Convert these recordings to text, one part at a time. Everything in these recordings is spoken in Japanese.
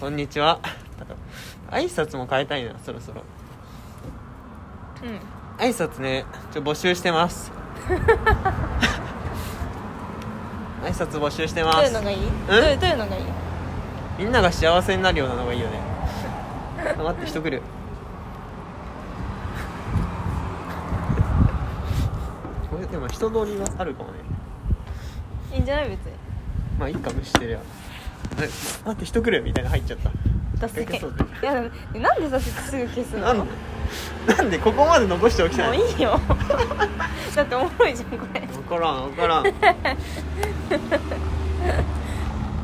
こんにちは。挨拶も変えたいな、そろそろ。うん挨拶ね、ちょ、募集して ます。挨拶募集してどまういうすの。がいいどういうどういうのがいいみんなが幸せになるようなのがいいよね。あ待って、人来る。これでも人通りはあるかもね。いいんじゃない別にまあいいか無視してりゃ。え待って、人来るみたいな入っちゃった。出す一回消そうぜいやでもなんでさすぐ消すなのんでなんでここまで残しておきたいものうい いよだっておもろいじゃんこれ分からん分か らんい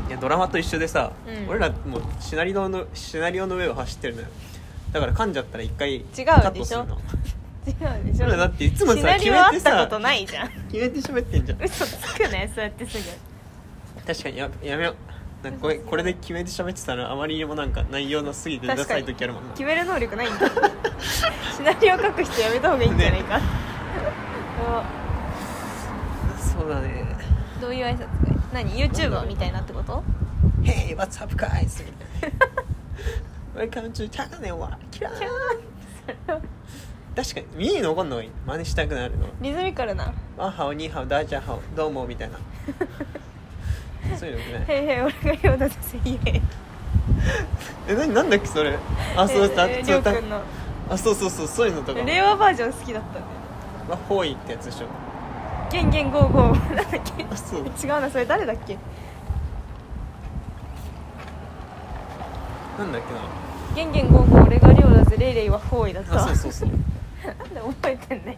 やドラマと一緒でさ、うん俺らもうシナリオのシナリオの上を走ってるのよだから噛んじゃったら一回でしょカットするの違うでしょ俺らだっていつもさシナリオあったこと決めてさないじゃん決めて喋ってんじゃん嘘つくねそうやってすぐ確かにややめようなんかこれこれで決めて喋ってたらあまりにもなんか内容なすぎてダ確サかいに時あるもんな決める能力ないんだシナリオ書く人やめた方がいいんじゃないか、 そうだねおどういう挨拶がいい何 YouTuber みたいなってこと「Hey what's up guys」Welcome to Channel はキラーキャーそれは確かに耳に残んのがいい真似したくなるのがリズミカルなワンハオニーハオダージャハオどうもみたい なそういうのよ「くないへいへい俺が用だとせいえいえななんだっけそれあそうだえーりそょううだくんのあそうそうそうそういうのとかも令和バージョン好きだったんだよまあ方位ってやつでしょゲンゲンゴーゴーなんだっあそうけ違うなそれ誰だっけなんだっゲンゲンゴーゴー俺が量だぜレイレイは方位だっけたなわあそうそうそうなんで覚えてんだよ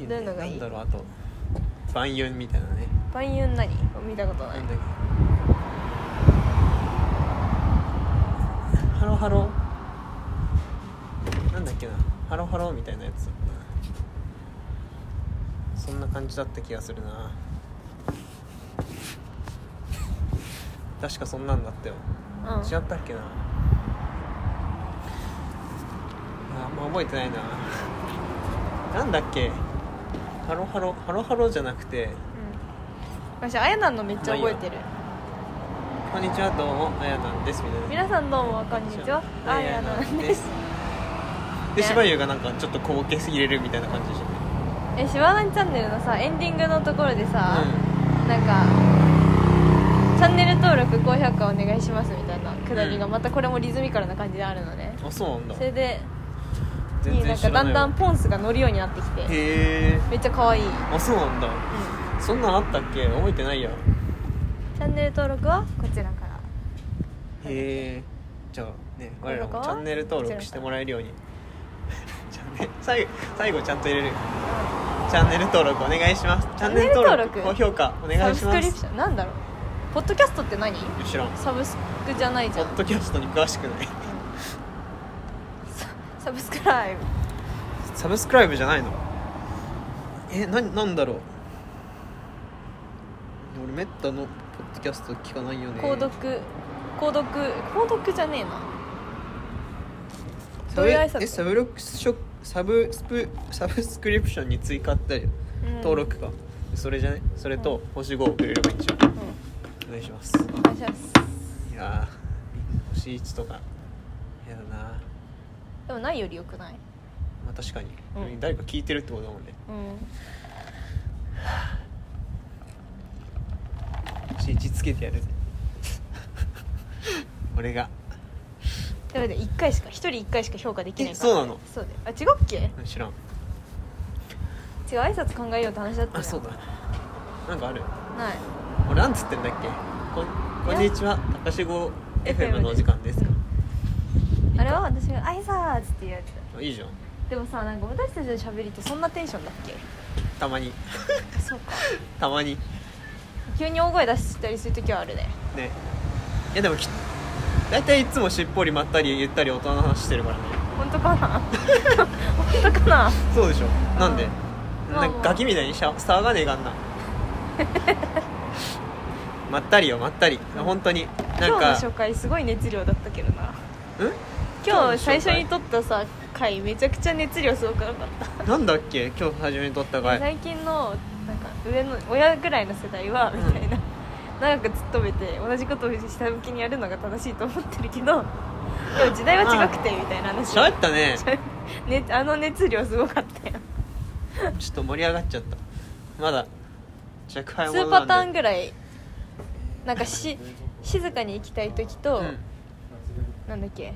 いいどうねいうのがいいなんだろうあと万有みたいなね万有何見たことなないんだっけハロハロなんだっけなハロハロみたいなやつそんな感じだった気がするな確かそんなんだったようん違ったっけなあんま覚えてないななんだっけハロハロハロハロじゃなくてうん私あやなんのめっちゃ覚えてるこんにちはどうもあやなんですみたいな皆さんどうもこんにちはあやなんですで芝優がなんかちょっと小ボケすぎれるみたいな感じでしょえしわなにチャンネルのさエンディングのところでさ、なんかチャンネル登録高評価お願いしますみたいなくだりがうんまたこれもリズミカルな感じであるのね、うんあそうなんだそれで全にな然んか知らだんないだわんポンスが乗るようになってきてへえめっちゃ可愛い、うん、あそうなんだそんなんあったっけ覚えてないやチャンネル登録はこちらからへえじゃあね我らこもこチャンネル登録してもらえるように チャンネル最後最後ちゃんと入れるチャンネル登録お願いしますチャンネル登録チャンネル登録高評価お願サいブしまスクリすプションなんだろうポッドキャストって何後ろサブスクじゃないじポゃんッドキャストに詳しくないサブスクライブサブスクライブじゃないのえななんだろう俺めったのポッドキャスト聞かないよね購読購読購読じゃねえなサどブういう挨え拶サブロックショサブスプサブスクリプションに追加あったよ、うん登録かそれじゃねそれと星5をくれればいいんでしょうんお願いしますお願いしますいやー星1とかやだなでもないより良くないまあ確かに、うん誰か聞いてるってことだもんねうん星1つけてやる 俺がでもね一回しか一人一回しか評価できないからえそうなのそうだよあ違うっけ違う知らん挨拶考えようって話だったよあそうだなんかあるない俺なんつってんだっけこんこんにちは高志号 FM のお時間ですか、うんあれは私が「挨拶っていうやついいじゃんでもさなんか私たちの喋りってそんなテンションだっけたまにそうかたまに急に大声出したりする時はあるねねいやでもき大体いつもしっぽりまったりゆったり大人の話してるからね本当かな本当かなそうでしょなんで、うんなんまあまかあガキみたいにしゃ騒がねえかん なまったりよまったり本当にな今ん日のか初回すごい熱量だったけどなん今日最初にと撮ったさ回めちゃくちゃ熱量すごくなかった、なんだっけ今日初めに撮った回最近のなんか上の親ぐらいの世代はうみんたいな、長く勤めて同じことを下向きにやるのが正しいと思ってるけどでも時代は違くてみたいな話喋ったね ねあの熱量すごかったよ ちょっと盛り上がっちゃったまだ若干2パターンぐらいなんかし静かに行きたい時と、なんだっけ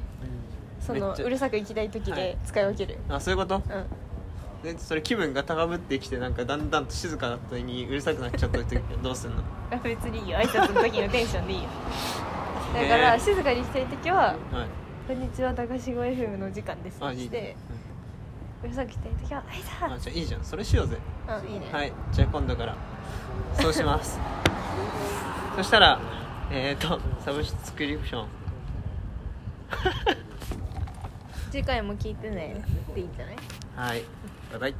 そめのっちゃうるさく行きたい時はいで使い分ける、うん、あそういうことうんでそれ気分が高ぶってきてなんかだんだんと静かな時にうるさくなっちゃった時はどうすんのあ別にいいよ挨拶の時のテンション でいいよだかえらー静かにしたい時ははい「こんにちは高志 FM のお時間です」あっいいてね、うるさくしたい時は「あいうんあじゃあいいじゃんそれしようぜだ!」うんいいね、はいじゃあ今度からそうしますそしたらえっ、ー、とサブスクリプション次回も聞いてねでいいんじゃないはいバイバイ